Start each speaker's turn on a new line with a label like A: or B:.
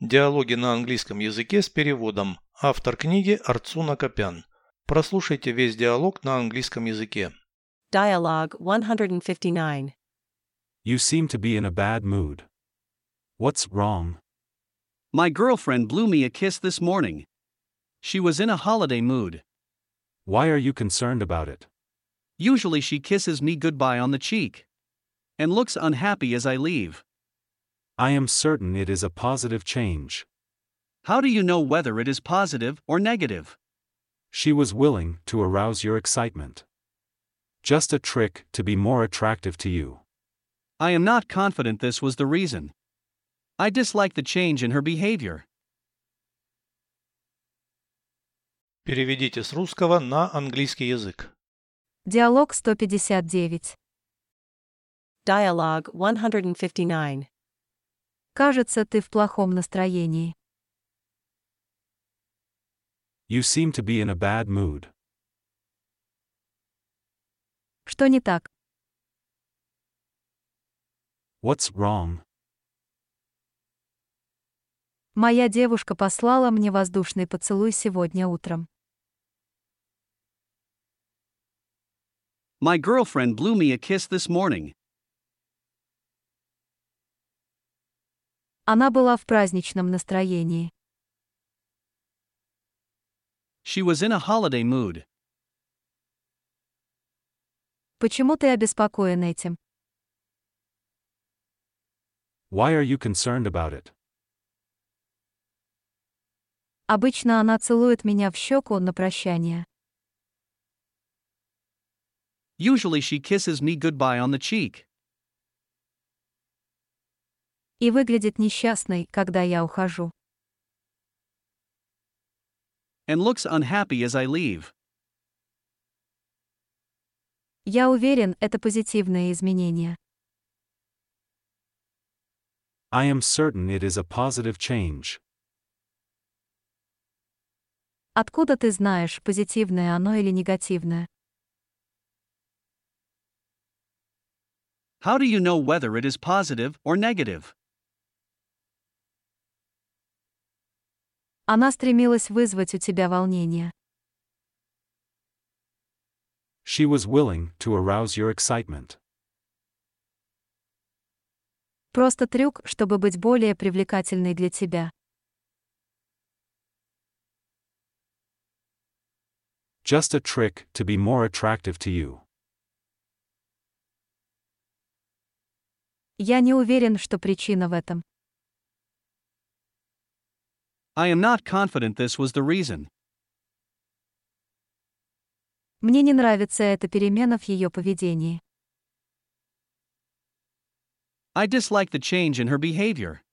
A: Диалоги на английском языке с переводом. Автор книги Арцуна Копян. Прослушайте весь диалог на английском языке.
B: Dialogue 159.
C: You seem to be in a bad mood. What's wrong?
D: My girlfriend blew me a kiss this morning. She was in a holiday mood.
C: Why are you concerned about it?
D: Usually she kisses me goodbye on the cheek and looks unhappy as I leave.
C: I am certain it is a positive change.
D: How do you know whether it is positive or negative?
C: She was willing to arouse your excitement. Just a trick to be more attractive to you.
D: I am not confident this was the reason. I dislike the change in her behavior.
A: Переведите с русского на английский язык.
E: Диалог 159.
B: Dialogue 159.
E: Кажется, ты в плохом настроении.
C: You seem to be in a bad mood.
E: Что не так?
C: What's wrong?
E: Моя девушка послала мне воздушный поцелуй сегодня утром.
D: My girlfriend blew me a kiss this morning.
E: Она была в праздничном настроении.
D: She was in a holiday mood.
E: Почему ты обеспокоен этим?
C: Why are you concerned about it?
E: Обычно она целует меня в щеку на прощание.
D: Usually she kisses me goodbye on the cheek
E: И выглядит несчастной, когда я ухожу.
D: and looks unhappy as I leave.
E: Я уверен, это позитивные изменения.
C: I am certain it is a positive change.
E: Откуда ты знаешь, позитивное оно или негативное?
D: How do you know whether it is positive or negative?
E: Она стремилась вызвать у тебя волнение.
C: She was willing to arouse your excitement.
E: Просто трюк, чтобы быть более привлекательной для тебя.
C: Just a trick to be more attractive to you.
E: Я не уверен, что причина в этом.
D: I am not confident this was the reason.
E: Мне не нравится эта перемена в ее поведении.
D: I dislike the change in her behavior.